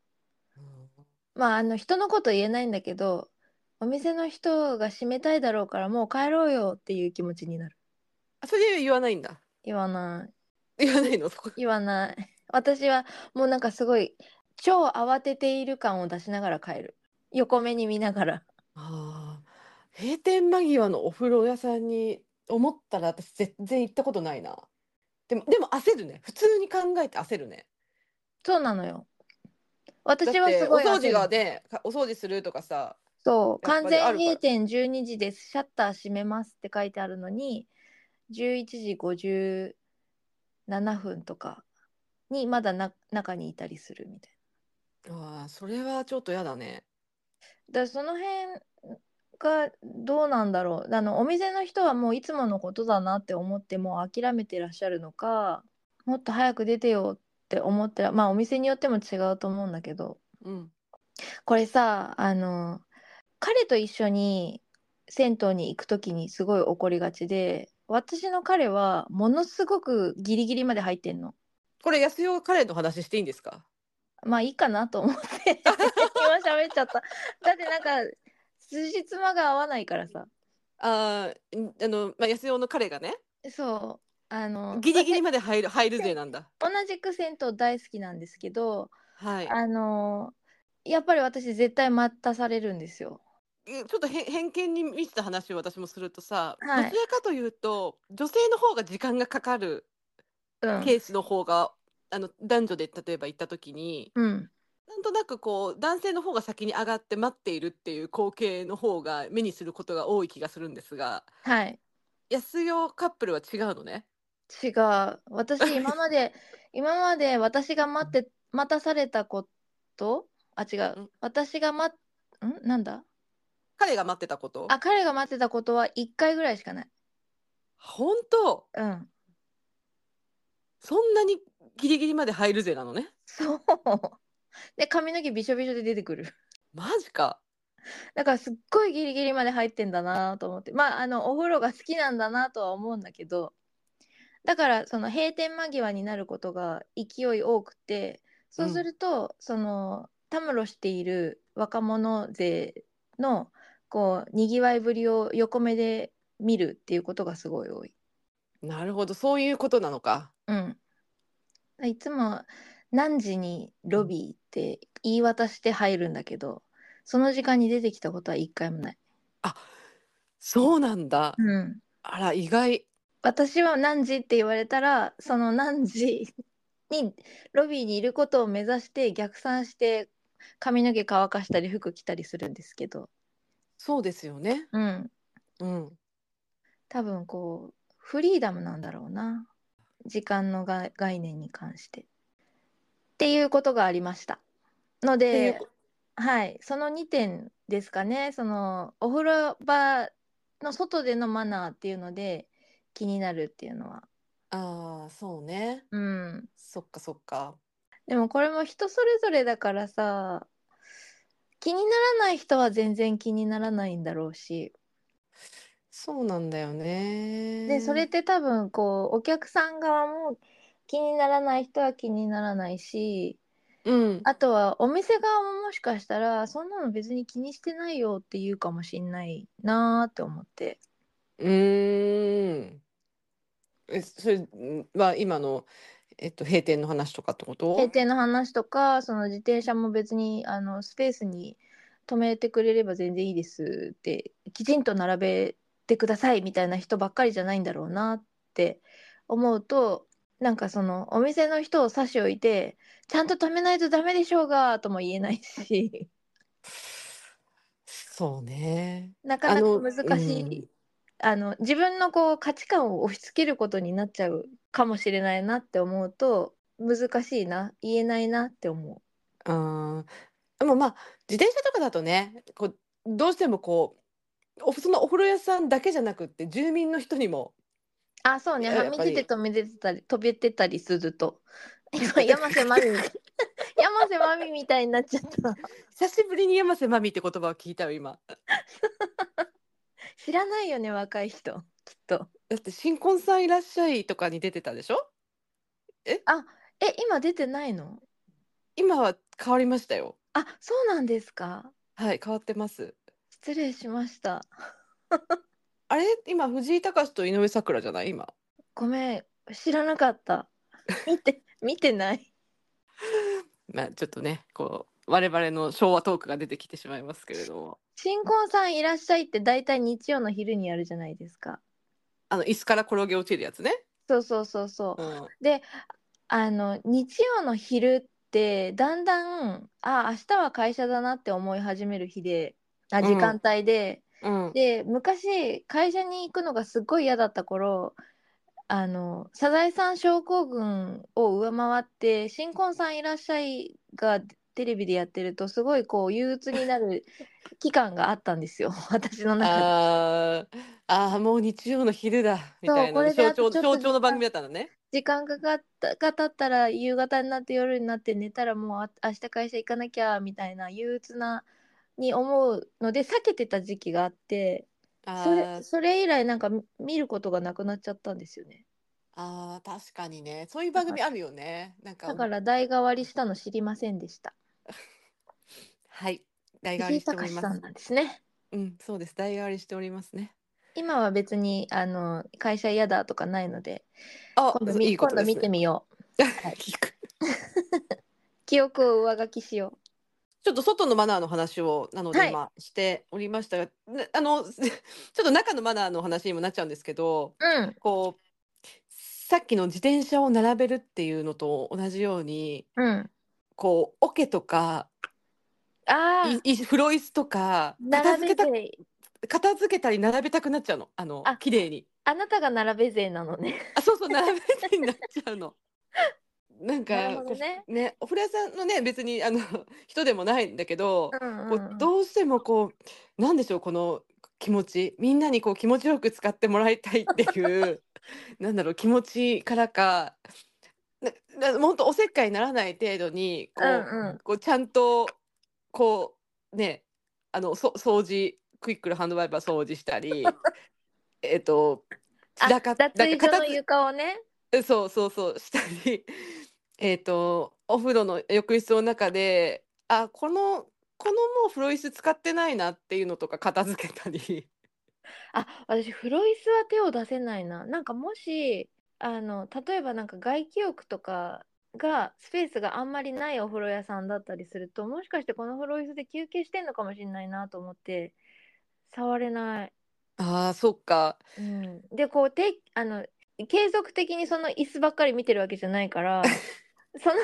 S1: まあ、あの人のこと言えないんだけどお店の人が閉めたいだろうからもう帰ろうよっていう気持ちになる
S2: あそれ言わないんだ。
S1: 言わない
S2: 言わないのそこ
S1: 言わない私はもうなんかすごい超慌てている感を出しながら帰る横目に見ながら
S2: あー閉店間際のお風呂屋さんに思ったら私全然行ったことないなでもでも焦るね普通に考えて焦るね
S1: そうなのよ
S2: だっ
S1: 私は
S2: て
S1: す
S2: お
S1: ごい
S2: 掃除
S1: 焦
S2: が
S1: る
S2: ねかお掃除するとかさ
S1: そう
S2: や
S1: 完
S2: っぱり
S1: 全
S2: あるから
S1: 閉店12時ですシャッター閉めますって書いてあるのに11時57分とかにまだな中にいたりするみたいな。
S2: あーそれはちょっとやだね
S1: だからその辺がどうなんだろうあのお店の人はもういつものことだなって思ってもう諦めてらっしゃるのかもっと早く出てよって思ってらまあお店によっても違うと思うんだけど
S2: うん
S1: これさあの彼と一緒に銭湯に行く時にすごい怒りがちで私の彼はものすごくギリギリまで入ってんの
S2: これ安代カレーの話していいんですか
S1: まあいいかなと思って今喋っちゃっただってなんか辻褄が合わないからさ
S2: あーんあの、まあ、安代の彼がね
S1: そうあの
S2: ギリギリ
S1: ま
S2: まで 入る入る勢なんだ
S1: あ同じく銭湯大好きなんですけど、
S2: はい
S1: あのやっぱり私絶対待たされるんですよ。
S2: えちょっとへん偏見に満ちた話を私もするとさ、
S1: はい
S2: どちらかというと女性の方が時間がかかる
S1: うん、
S2: ケースの方が、あの男女で例えば行った時に
S1: うん、
S2: なんとなくこう男性の方が先に上がって待っているっていう光景の方が目にすることが多い気がするんですが
S1: はい
S2: 安代カップルは違うのね。
S1: 違う私今まで今まで私が待って待たされたことあ違
S2: う
S1: うん私が待っんなんだ
S2: 彼が待ってたこと
S1: あ彼が待ってたことは1回ぐらいしかない。
S2: 本当
S1: うん
S2: そんなにギリギリまで入るぜなのね
S1: そうで髪の毛びしょびしょで出てくる。
S2: マジか
S1: だからすっごいギリギリまで入ってんだなと思ってまああのお風呂が好きなんだなとは思うんだけどだからその閉店間際になることが勢い多くてそうすると、そのたむろしている若者勢のこうにぎわいぶりを横目で見るっていうことがすごい多い。
S2: なるほどそういうことなのか
S1: うん、いつも何時にロビーって言い渡して入るんだけどその時間に出てきたことは一回もない。
S2: そうなんだ
S1: うん
S2: あら意外
S1: 私は何時って言われたらその何時にロビーにいることを目指して逆算して髪の毛乾かしたり服着たりするんですけど、
S2: そうですよね
S1: うん、
S2: うん
S1: 多分こうフリーダムなんだろうな時間のが概念に関して。っていうことがありました。の
S2: っていう
S1: で
S2: こ、
S1: はい、その2点ですかねそのお風呂場の外でのマナーっていうので気になるっていうのは
S2: ああ、そうね。
S1: うん。
S2: そっかそっか。
S1: でもこれも人それぞれだからさ、気にならない人は全然気にならないんだろうし。
S2: そうなんだよね。
S1: で、それって多分こう、お客さん側も気にならない人は気にならないし、
S2: うん。
S1: あとはお店側ももしかしたら、そんなの別に気にしてないよって言うかもしんないなーって思って。
S2: うーん。え、それは今の、えっと、閉店の話とかってこと
S1: 閉店の話とか、その自転車も別にあのスペースに止めてくれれば全然いいですって、きちんと並べてくださいみたいな人ばっかりじゃないんだろうなって思うと、なんかそのお店の人を差し置いて、ちゃんと止めないとダメでしょうがとも言えないし、
S2: そうね。
S1: なかな
S2: あ
S1: か
S2: の
S1: 難し
S2: うん
S1: い。あの自分のこう価値観を押し付けることになっちゃうかもしれないなって思うと難しいな言えないなって思う。
S2: あーでもまあ自転車とかだとねこうどうしてもこうおそのお風呂屋さんだけじゃなくって住民の人にも
S1: あ、そうね。
S2: いや
S1: は
S2: やっ
S1: み
S2: ぱ
S1: 出
S2: り
S1: て止めてたり、飛べてたりする と。今、山瀬ま みみたい。山瀬まみみたいになっちゃった。
S2: 久しぶりに山瀬まみって言葉を聞いたよ今
S1: 知らないよね、若い人。きっと。
S2: だって新婚さんいらっしゃいとかに出てたでしょ
S1: え、今出てないの
S2: 今は変わりましたよ
S1: あ、そうなんですか。
S2: はい変わってます
S1: 失礼しました。
S2: あれ今藤井隆と井上咲楽じゃない今
S1: ごめん。知らなかった。見 て、見てない。
S2: まあちょっとねこう我々の昭和トークが出てきてしまいますけれども
S1: 新婚さんいらっしゃいって大体日曜の昼にやるじゃないですか。
S2: あの椅子から転げ落ちるやつね、
S1: そうそうそうそう
S2: う。ん、
S1: あの日曜の昼ってだんだんあ明日は会社だなって思い始める日であ
S2: うん
S1: 時間帯で、
S2: うん、
S1: で昔会社に行くのがすっごい嫌だった頃あのサザエさん症候群を上回って「新婚さんいらっしゃい」がテレビでやってるとすごいこう憂鬱になる期間があったんですよ 私の中で。
S2: あーあーもう日曜の昼だみたい
S1: こ
S2: な
S1: れであ
S2: 象
S1: と
S2: 徴
S1: ちょっと
S2: 象徴の番組だったのね
S1: 時間がかったが経ったら夕方になって夜になって寝たらもうあ明日会社行かなきゃみたいな憂鬱なに思うので避けてた時期があって
S2: あ
S1: それ
S2: ー
S1: それ以来なんか見見ることがなくなっちゃったんですよね
S2: あー確かにねそういう番組あるよねなんか
S1: だから代替わりしたの知りませんでした
S2: はい代替わ
S1: 藤
S2: り
S1: 井
S2: しており
S1: 隆
S2: ま
S1: さん
S2: す
S1: なんですね
S2: うんそうです代替わりしておりますね
S1: 今は別にあの会社嫌だとかないので
S2: あ
S1: 今度み
S2: いいこと
S1: 今
S2: で
S1: 度
S2: すね
S1: 見てみよう
S2: はい聞く
S1: 記憶を上書きしよ
S2: ちょっと外のマナーの話をなの
S1: は
S2: で
S1: い
S2: 今しておりましたが、なあの ちょっと中のマナーの話にもなっちゃうんですけど
S1: ううん
S2: こうさっきの自転車を並べるっていうのと同じように
S1: うん
S2: こう桶とか
S1: ああ
S2: いい風呂椅子とか片
S1: 並べ
S2: 付けた
S1: 勢
S2: 片付けたり並べたくなっちゃうのあの
S1: あ
S2: 綺麗に
S1: あなたが並べ勢なのね
S2: あそうそう並べたりになっちゃ うのなんか
S1: なるほどね
S2: こうねお風呂屋さんのね別にあの人でもないんだけど、
S1: うん
S2: こうどうしてもこうなんでしょうこの気持ちみんなにこう気持ちよく使ってもらいたいっていう なんだろう気持ちからかななもっとおせっかいにならない程度にこう,、
S1: うんうん
S2: こうちゃんとこうねあのそ掃除クイックルハンドワイパー掃除し たりえっと
S1: あ
S2: 散らか
S1: 脱
S2: な
S1: 衣
S2: んか
S1: 所
S2: 片
S1: の
S2: 付
S1: 床をね。
S2: えそうそうそうしたり えっとお風呂の浴室の中であこのこのもう風呂椅子使ってないなっていうのとか片付けたり
S1: あ、私、フロイスは手を出せないな。なんかもし、あの、例えばなんか外気浴とかが、スペースがあんまりないお風呂屋さんだったりすると、もしかしてこのフロイスで休憩してんのかもしれないなと思って、触れない。
S2: あーそっか
S1: うん。で、こう、て、あの、継続的にその椅子ばっかり見てるわけじゃないから、その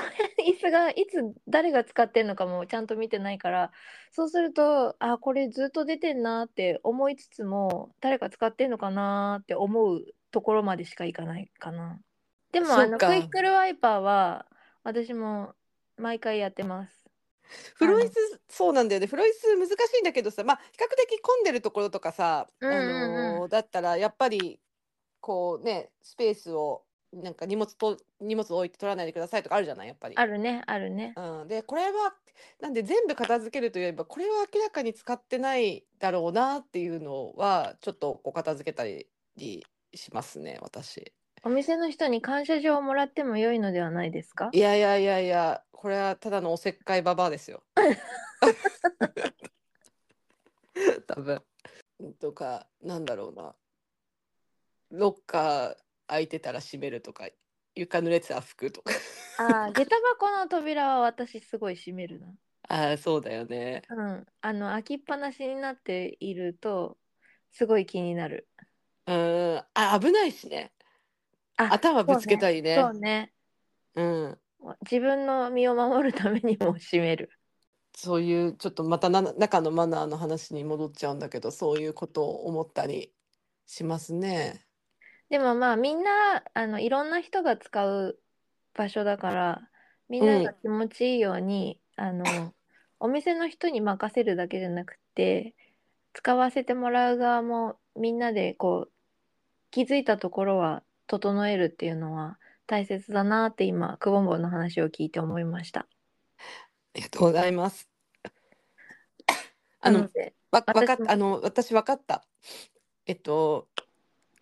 S1: 椅子がいつ誰が使ってんのかもちゃんと見てないからそうするとあこれずっと出てんなって思いつつも誰か使ってんのかなって思うところまでしかいかないかなでもあ
S2: そう
S1: の
S2: か
S1: クイックルワイパーは私も毎回やってます
S2: 風呂椅子そうなんだよね風呂椅子難しいんだけどさまあ比較的混んでるところとかさ、
S1: うんうんうん
S2: あのーだったらやっぱりこうねスペースをなんか荷物ポ荷物置いて取らないでくださいとかあるじゃないやっぱり。
S1: あるねあるね
S2: うん、でこれはなんで全部片付けるといえばこれは明らかに使ってないだろうなっていうのはちょっとこう片付けたりしますね私。
S1: お店の人に感謝状をもらっても良いのではないですか
S2: いやいやいやいやこれはただのおせっかいババアですよ。 多分。とかなんだろうなロッカー開いてたら閉めるとか床濡れてたら拭くとか
S1: ああ下駄箱の扉は私すごい閉めるな
S2: ああそうだよね。
S1: うんあの開きっぱなしになっているとすごい気になる
S2: うんあ危ないしね
S1: あ
S2: 頭ぶつけたりね。
S1: そうね
S2: うん
S1: 自分の身を守るためにも閉める
S2: そういうちょっとまたな中のマナーの話に戻っちゃうんだけどそういうことを思ったりしますね。
S1: でもまあみんなあのいろんな人が使う場所だからみんなが気持ちいいように、あのお店の人に任せるだけじゃなくて使わせてもらう側もみんなでこう気づいたところは整えるっていうのは大切だなって今くぼんぼんの話を聞いて思いました。
S2: ありがとうございます。あ
S1: な
S2: の
S1: ので
S2: わ、わかっ
S1: 私も
S2: あの、私わかった。えっと、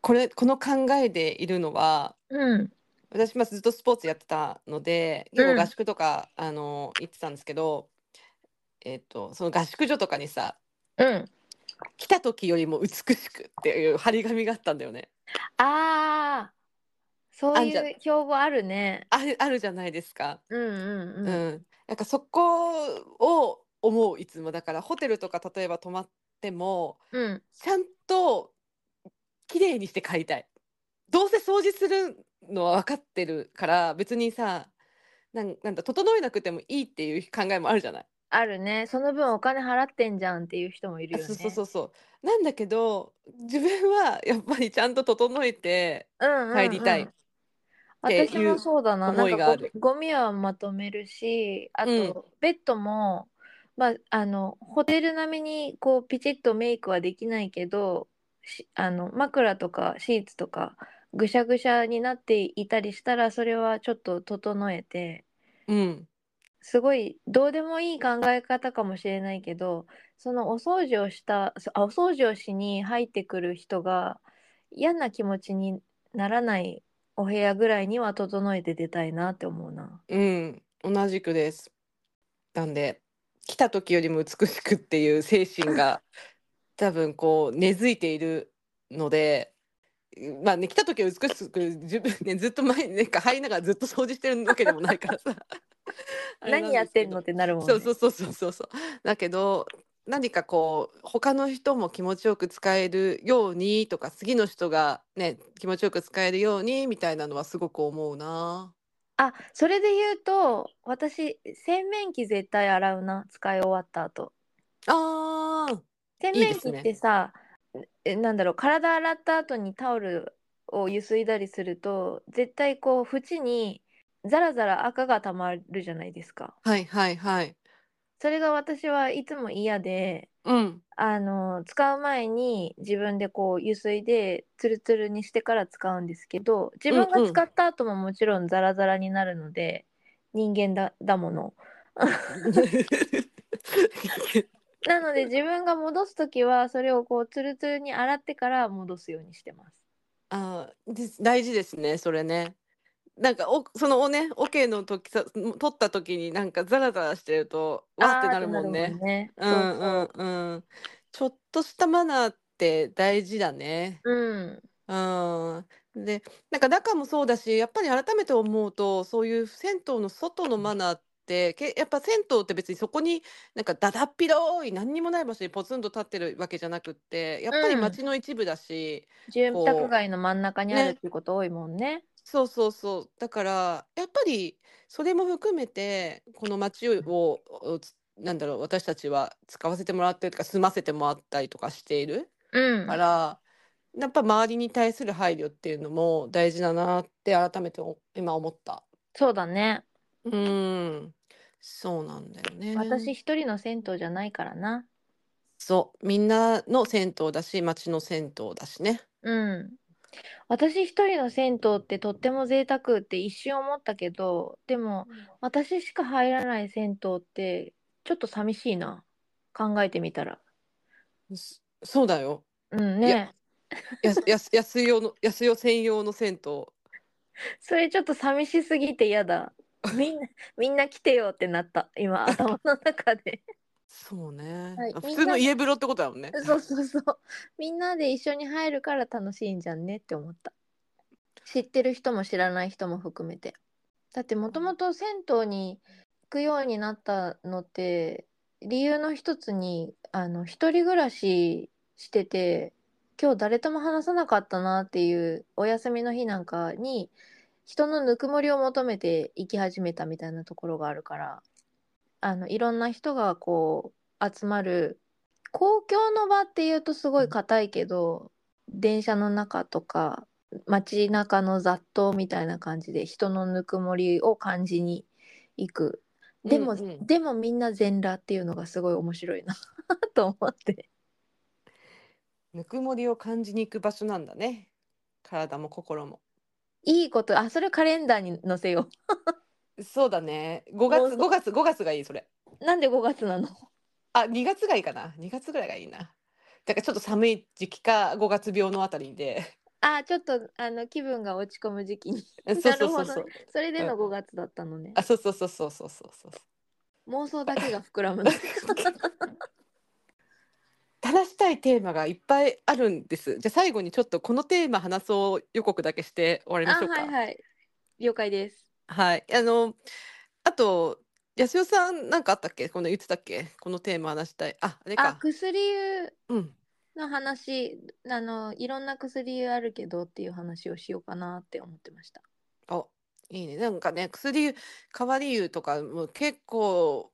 S2: これ、この考えでいるのは、
S1: うん
S2: 私、まずずっとスポーツやってたので、
S1: うん
S2: 結構合宿とか、あの、行ってたんですけど、えっと、その合宿所とかにさ、
S1: うん
S2: 来た時よりも美しくっていう張り紙があったんだよね。
S1: あーそう
S2: あんじゃ
S1: いう標語あるね。
S2: ある、あるじゃないですか。
S1: うんうん
S2: う
S1: うん。
S2: ん。なんかそこを思う、いつも。だから、ホテルとか例えば泊まっても、
S1: うん
S2: ちゃんと綺麗にして帰りたい。どうせ掃除するのは分かってるから別にさなんなんだ整えなくてもいいっていう考えもあるじゃない。
S1: あるね。その分お金払ってんじゃんっていう人もいるよね。
S2: そうそうそうそう。なんだけど自分はやっぱりちゃんと整えて
S1: うんうんうん
S2: 帰りたい。って
S1: 私
S2: いう
S1: もそうだな。なん
S2: 思いが
S1: か
S2: ある
S1: ゴゴミはまとめるし、あと、
S2: うん
S1: ベッドも、まあ、あの、ホテル並みにこうピチッとメイクはできないけど、しあの枕とかシーツとかぐしゃぐしゃになっていたりしたら、それはちょっと整えて。
S2: うん
S1: すごいどうでもいい考え方かもしれないけどそのお掃除をしたそあお掃除をしに入ってくる人が嫌な気持ちにならないお部屋ぐらいには整えて出たいなって思うな。
S2: うん同じくです。なんで来た時よりも美しくっていう精 神が多分こう根付いているので。まあね、来た時は美しく自分ねずっと前になんか入りながらずっと掃除してるわけでもないか らさあれなん
S1: 何やってんの
S2: で
S1: ってなるもん
S2: す
S1: ね。
S2: けどそうそうそうそうそうだけど何かこう他の人も気持ちよく使えるようにとか次の人がね気持ちよく使えるようにみたいなのはすごく思うな
S1: あそれで言うと私洗面器絶対洗うな使い終わった後
S2: あー
S1: 洗
S2: いいで
S1: 面器
S2: すね
S1: ってさえなんだろう体洗った後にタオルをゆすいだりすると絶対こう縁にザラザラ赤がたまるじゃないですか
S2: はいはいはい
S1: それが私はいつも嫌で
S2: うん
S1: あの使う前に自分でこうゆすいでツルツルにしてから使うんですけど自分
S2: うん
S1: が
S2: うん
S1: 使った後ももちろんザラザラになるので、人間だだものなので自分が戻す時はそれをこうツルツルに洗ってから戻すようにしてます
S2: あーで大事ですねそれねなんかおそのおねオケの時さ取った時になんかザラザラしてるとわーってなるもん
S1: あーってなる
S2: ね
S1: もんね。
S2: うんうんうんちょっとしたマナーって大事だね
S1: うん。
S2: うんでなんか中もそうだしやっぱり改めて思うとそういう銭湯の外のマナーってけやっぱ銭湯って別にそこになんかだだっ広い何にもない場所にポツンと立ってるわけじゃなくってやっぱり
S1: うん
S2: 街の一部だし、
S1: 住
S2: こう
S1: 宅街の真ん中にある
S2: ね
S1: っていうこと多いもんね。
S2: そうそうそうだからやっぱりそれも含めてこの街をおつなんだろう私たちは使わせてもらってるとか住ませてもらったりとかしている
S1: うん
S2: か。ら、やっぱ周りに対する配慮っていうのも大事だなって改めてお今思った。
S1: そうだね。
S2: うんそうなんだよね。
S1: 私一人の銭湯じゃないからな。
S2: そうみんなの銭湯だし街の銭湯だしね。
S1: うん。私一人の銭湯ってとっても贅沢って一瞬思ったけど、でも私しか入らない銭湯ってちょっと寂しいな。考えてみたら。
S2: そそうだよ。
S1: うん
S2: い
S1: ね
S2: や。 やすやす安い用の安い用専用の銭湯。
S1: それちょっと寂しすぎて嫌だ。みんな、みんな来てよってなった。今、頭の中で。
S2: そうね。
S1: はい
S2: あ
S1: み
S2: 普
S1: んな
S2: 通の家風呂ってことだもんね。
S1: そうそうそう。みんなで一緒に入るから楽しいんじゃんねって思った。知ってる人も知らない人も含めて。だってもともと銭湯に行くようになったのって、理由の一つに、あの、一人暮らししてて、今日誰とも話さなかったなっていうお休みの日なんかに、人のぬくもりを求めて行き始めたみたいなところがあるから、あの、いろんな人がこう、集まる公共の場っていうとすごい硬いけど、電車の中とか街中の雑踏みたいな感じで人のぬくもりを感じに行くでも、
S2: うんうん
S1: でもみんな全裸っていうのがすごい面白いな と思って
S2: ぬくもりを感じに行く場所なんだね。体も心も。
S1: いいことあそれカレンダーに載せよ
S2: そうだね。5
S1: もう
S2: 月
S1: そ
S2: 5月5月がいいそれ。
S1: うなんで5月なの
S2: あ2月がいいかな。2月ぐらいがいいな。だからちょっと寒い時期か5月病のあたりで。
S1: あちょっとあの気分が落ち込む時期に
S2: そ
S1: な
S2: うそ
S1: る
S2: うそ
S1: ほ
S2: うそ
S1: ど
S2: う。
S1: それでの5月だったのね
S2: あそうそうそうそうそうそうそう。
S1: 妄想だけが膨 らむの
S2: 話したいテーマがいっぱいあるんです。じゃあ最後にちょっとこのテーマ話そう予告だけして終わりま
S1: あ
S2: しょうか。
S1: はいはい了解です
S2: はい、あの、あと、安代さん、なんかあったっけ、この言ってたっけ、このテーマ話したい。あ、あれ
S1: あ
S2: か。
S1: 薬湯
S2: うん。
S1: の話あのいろんな薬あるけどっていう話をしようかなって思ってました
S2: あ、いいね。なんかね、薬、変わり湯とか、もう結構。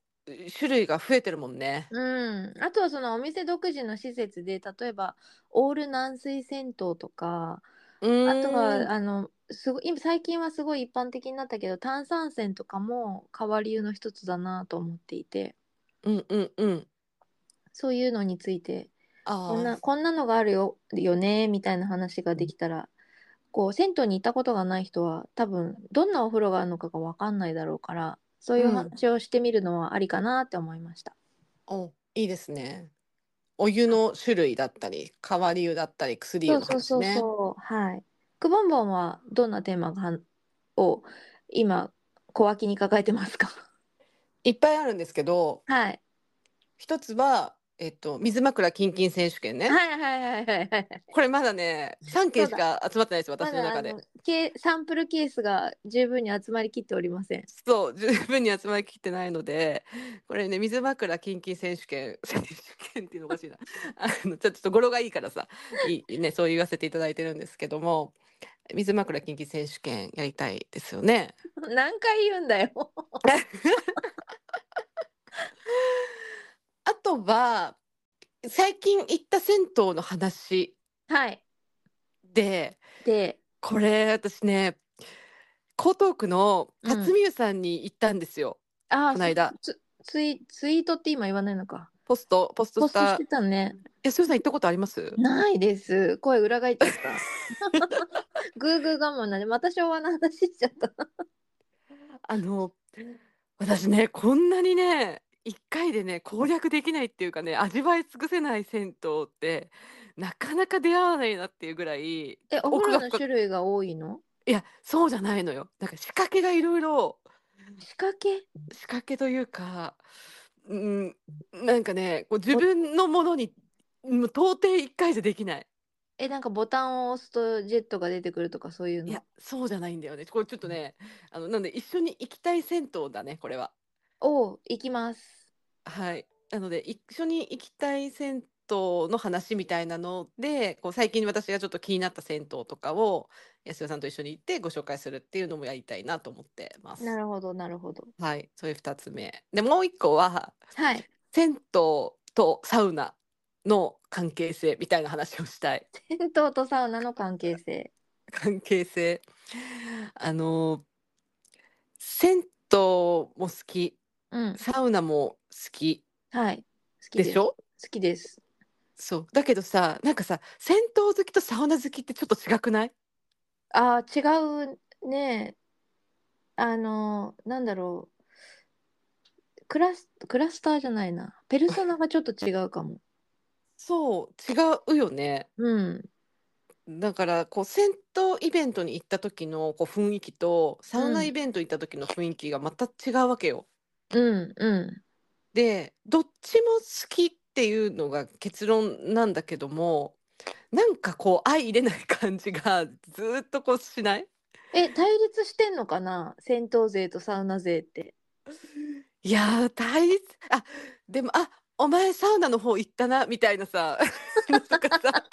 S2: 種類が増えてるもんね。
S1: うんあとはそのお店独自の施設で例えばオール軟水銭湯とか
S2: うーん
S1: あとは、あのすごい今最近はすごい一般的になったけど炭酸泉とかも変わり湯の一つだなと思っていて
S2: うんうんうん。
S1: そういうのについてこん
S2: あ
S1: なこんなのがあるよよねみたいな話ができたらこう銭湯に行ったことがない人は多分どんなお風呂があるのかが分かんないだろうからそういうお話をしてみるのはありかなって思いました。
S2: あ、お、いいですね。お湯の種類だったり、変わり湯だったり、薬
S1: そ
S2: 湯
S1: う
S2: と
S1: そ
S2: か
S1: う
S2: です
S1: そう
S2: ね。
S1: そう、はい。くぼんぼんはどんなテーマがを今小脇に抱えてます か
S2: いっぱいあるんですけど、
S1: はい
S2: 一つは、えっと、水枕キンキン選手権ね。
S1: はいはいはいはいはい。
S2: これまだね、3件しか集まってないです、私の中で
S1: まだあ。のけサンプルケースが十分に集まりきっておりま せん。
S2: そう、十分に集まりきってないので、これね、水枕キンキン選手権、 選手権っていうのおかしいな。あの、ちょっと語呂がいいからさ、いいね、そう言わせていただいてるんですけども、水枕キンキン選手権やりたいですよね。
S1: 何回言うんだよ。
S2: あとは、最近行った銭湯の話
S1: はい。
S2: で、
S1: で、
S2: これ私ね、江東区の辰巳湯さんに行ったんですよ。
S1: ああ、
S2: この間
S1: つつツイ、ツイートって今言わないのか。
S2: ポスト、ポスト
S1: ポ
S2: し
S1: スト
S2: た。
S1: してたね。
S2: え、すさん行ったことあります
S1: ないです。声裏返っちゃ った。グーグー我慢なんで、また昭和の話しちゃった。
S2: あの私ねこんなにね一回でね攻略できないっていうかね味わい尽くせない銭湯ってなかなか出会わないなっていうぐらいい
S1: え、お風呂の
S2: 奥が深い
S1: 種類が多いの
S2: やそうじゃないのよなんか仕掛けがいろいろ
S1: 仕掛け
S2: 仕掛けというか、うん、なんかねこう自分のものにもう到底一回じゃできない。
S1: え、なんかボタンを押すとジェットが出てくるとかそういう
S2: いや
S1: の。
S2: そうじゃないんだよねこれちょっとねあのなんで一緒に行きたい銭湯だねこれは。
S1: おう、行きます。
S2: はい。なので、一緒に行きたい銭湯の話みたいなので、こう最近私がちょっと気になった銭湯とかを、安代さんと一緒に行ってご紹介するっていうのもやりたいなと思ってます。
S1: なるほど、なるほど。
S2: はい。それ二つ目。で、もう一個は、
S1: はい。
S2: 銭湯とサウナの関係性みたいな話をしたい。
S1: 銭湯とサウナの関係性。
S2: 関係性。あの、銭湯も好き、
S1: うん。
S2: サウナも好き
S1: はい。好き
S2: で
S1: です。
S2: しょ
S1: 好きです。
S2: そうだけどさなんかさ銭湯好きとサウナ好きってちょっと違くない
S1: あー違うねあのなんだろうクラスクラスターじゃないなペルソナがちょっと違うかも
S2: そう違うよね
S1: うん
S2: だからこう銭湯イベントに行った時のこう雰囲気とサウナイベント行った時の雰囲気がまた違うわけよ。
S1: うんう
S2: でどっちも好きっていうのが結論なんだけどもなんかこう相入れない感じがずーっとこうしない
S1: んえ対立してんのかな戦闘勢とサウナ勢って
S2: いやー対立あでもあお前サウナの方行ったなみたいなさ とかさ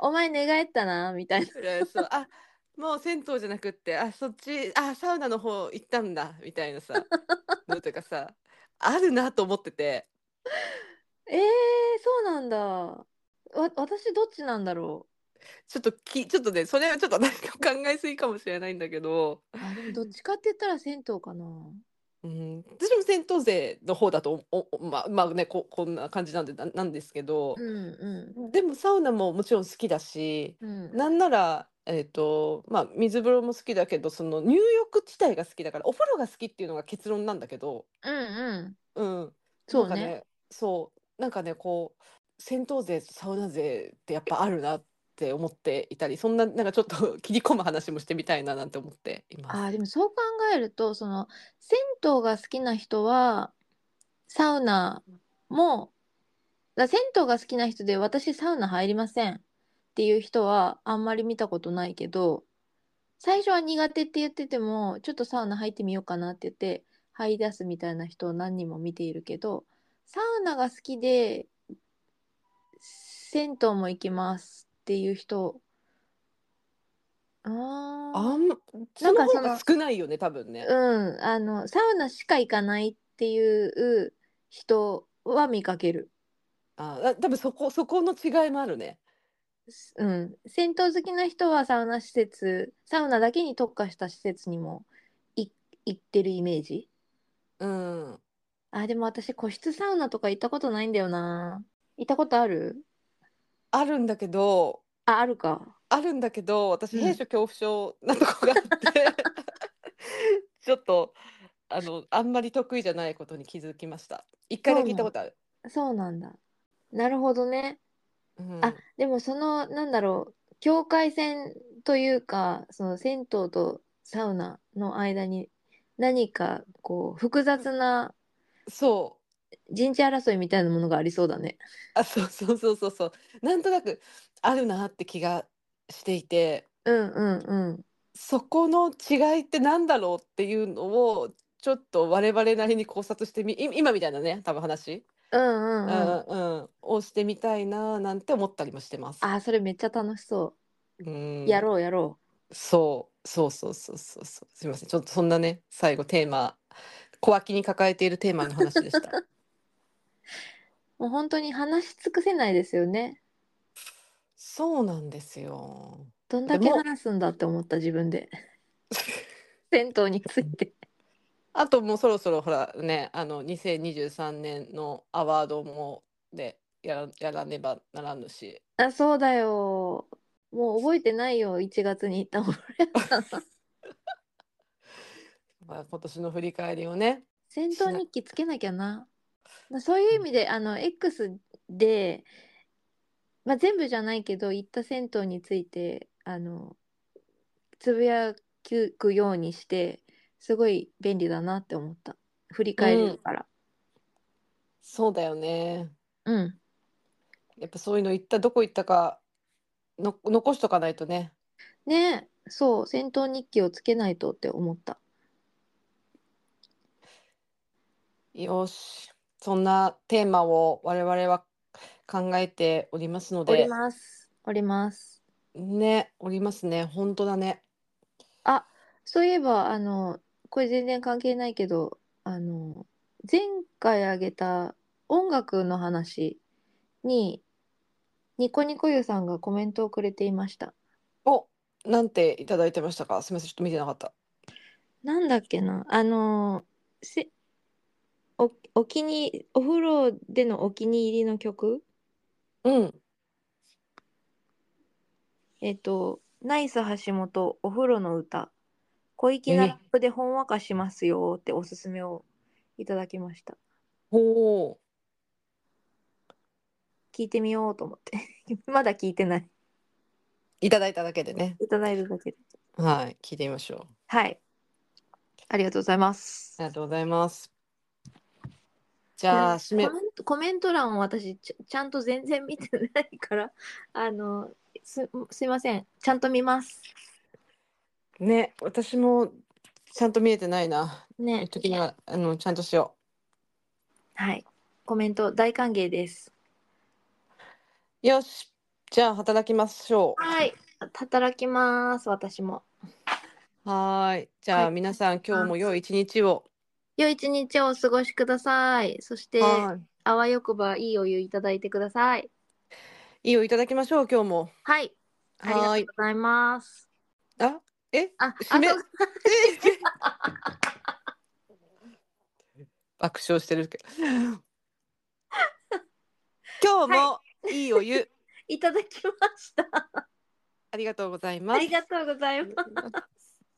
S1: お前寝返ったなみたいな
S2: そうあもう銭湯じゃなくってあそっちあサウナの方行ったんだみたいなさのとかさあるなと思ってて
S1: えー、そうなんだわ私どっちなんだろ
S2: ちょっときちょっとねそれはちょっと私の考えすぎかもしれないんだけど、
S1: うあでもどっちかって言ったら銭湯かな
S2: うん、私も銭湯勢の方だとおおまあまあねここんな感じなんでななんですけど
S1: う、ん
S2: でもサウナももちろん好きだし
S1: うんうん
S2: なんなら、えーとまあ、水風呂も好きだけどその入浴自体が好きだからお風呂が好きっていうのが結論なんだけど、
S1: うんうん
S2: うん、
S1: そう
S2: なんか
S1: ね
S2: そうなんかねこう銭湯税とサウナ税ってやっぱあるなって思っていたりそんななんかちょっと 切り込む話もしてみたいななんて思っています。
S1: あーでもそう考えるとその銭湯が好きな人はサウナもだ銭湯が好きな人で私サウナ入りませんっていう人はあんまり見たことないけど最初は苦手って言っててもちょっとサウナ入ってみようかなって言って入り出すみたいな人を何人も見ているけどサウナが好きで銭湯も行きますっていう人あー
S2: あんそ
S1: なん
S2: の
S1: か
S2: 方
S1: その
S2: が少ないよね多分ね。
S1: うん、あの、サウナしか行かないっていう人は見かける。
S2: ああ多分そこそこの違いもあるね。
S1: うん。銭湯好きな人はサウナ施設、サウナだけに特化した施設にもい行ってるイメージ。
S2: うん、
S1: あ、でも私個室サウナとか行ったことないんだよな。行ったことある
S2: あるんだけど
S1: あ、あるか。
S2: あるんだけど私
S1: うん
S2: 閉所恐怖症なとこがあって ちょっとあのあんまり得意じゃないことに気づきました。一回だけ聞いたことある。
S1: そうなんだ。なるほどね。
S2: うん
S1: あ、でもその、なんだろう、境界線というか、その銭湯とサウナの間に何かこう複雑な
S2: そう
S1: 人事争いみたいなものがありそうだね。
S2: あ、そうそうそうそうそう。なんとなくあるなって気がしていて、
S1: うんうんうん。
S2: そこの違いってなんだろうっていうのをちょっと我々なりに考察してみ、い今みたいなね、多分話、
S1: うんう
S2: う
S1: んうん。
S2: んうん、をしてみたいななんて思ったりもしてます。
S1: あ、それめっちゃ楽しそうう。
S2: ん、
S1: やろうやろ
S2: そう、そうそうそうそうそう。すみません、ちょっとそんなね、最後テーマ、小脇に抱えているテーマの話 でした。
S1: う。もう本当に話し尽くせないですよね。
S2: そうなんですよ。
S1: どんだけ
S2: でも
S1: 話すんだって思った自分で。銭湯について。
S2: あともうそろそろほらねあの2023年のアワードもでやらやらねばならぬし
S1: あ、そうだよ。もう覚えてないよ。1月に行ったもん。
S2: まあ今年の振り返りをね
S1: 戦
S2: し
S1: 闘
S2: ない
S1: 日記つけなきゃな。まあそういう意味で、あの、X で、まあ、全部じゃないけど、行った銭湯について、あの、つぶやくようにして、すごい便利だなって思った。振り返れるから。
S2: そうだよね
S1: うん。
S2: やっぱそういうの行ったどこ行ったかの残しとかないとね
S1: ねえ、そう、戦闘日記をつけないとって思った。
S2: よしそんなテーマを我々は考えておりますの
S1: おり
S2: で
S1: ます。おります。
S2: ねおりますね本当だね
S1: あ、そういえば、あの、これ全然関係ないけど、あの、前回あげた音楽の話に、ニコニコゆさんがコメントをくれていました。
S2: おなんていただいてましたかすみませんちょっと見てなかった
S1: なんだっけな、あの、せ、お、お気に、お風呂でのお気に入りの曲
S2: うん。
S1: えっと、ナイス橋本お風呂の歌、小粋なラップでほんわかしますよっておすすめをいただきました。
S2: ほう。
S1: 聞いてみようと思って。 まだ聞いてない。
S2: いただいただけでね。
S1: いただいるだけで。
S2: はい。聞いてみましょう。
S1: はい。ありがとうございます
S2: あ。りがとうございます。
S1: じ
S2: じゃあ、締め
S1: コ。メントコメント欄を私ちゃちゃんと全然見てないから、 あの、すすいません。ちゃんと見ます。
S2: ね、私もちゃんと見えてないな。言
S1: ね
S2: っ。ときながら、あの、ちゃんとしよ
S1: はい。コメント大歓迎です。
S2: う。よし。じゃあ、働きましょう。
S1: はい。働きます。私も。
S2: はーい。じゃ
S1: は
S2: あ、
S1: い
S2: 皆さん、今日も良い一日を。
S1: 良い一日をお過ごしください。そして、
S2: は
S1: あわよくばいいお湯いただいてください。
S2: い。いいをいただきましょう、今日も。
S1: はい。ありがと
S2: はー
S1: う
S2: い。
S1: ございます。
S2: あ、え、
S1: あ、
S2: 締め
S1: あそう
S2: 爆笑してるけど。今日もいいお湯、
S1: いただきました。
S2: ありがとうございま
S1: あ
S2: す
S1: り。がとうございます。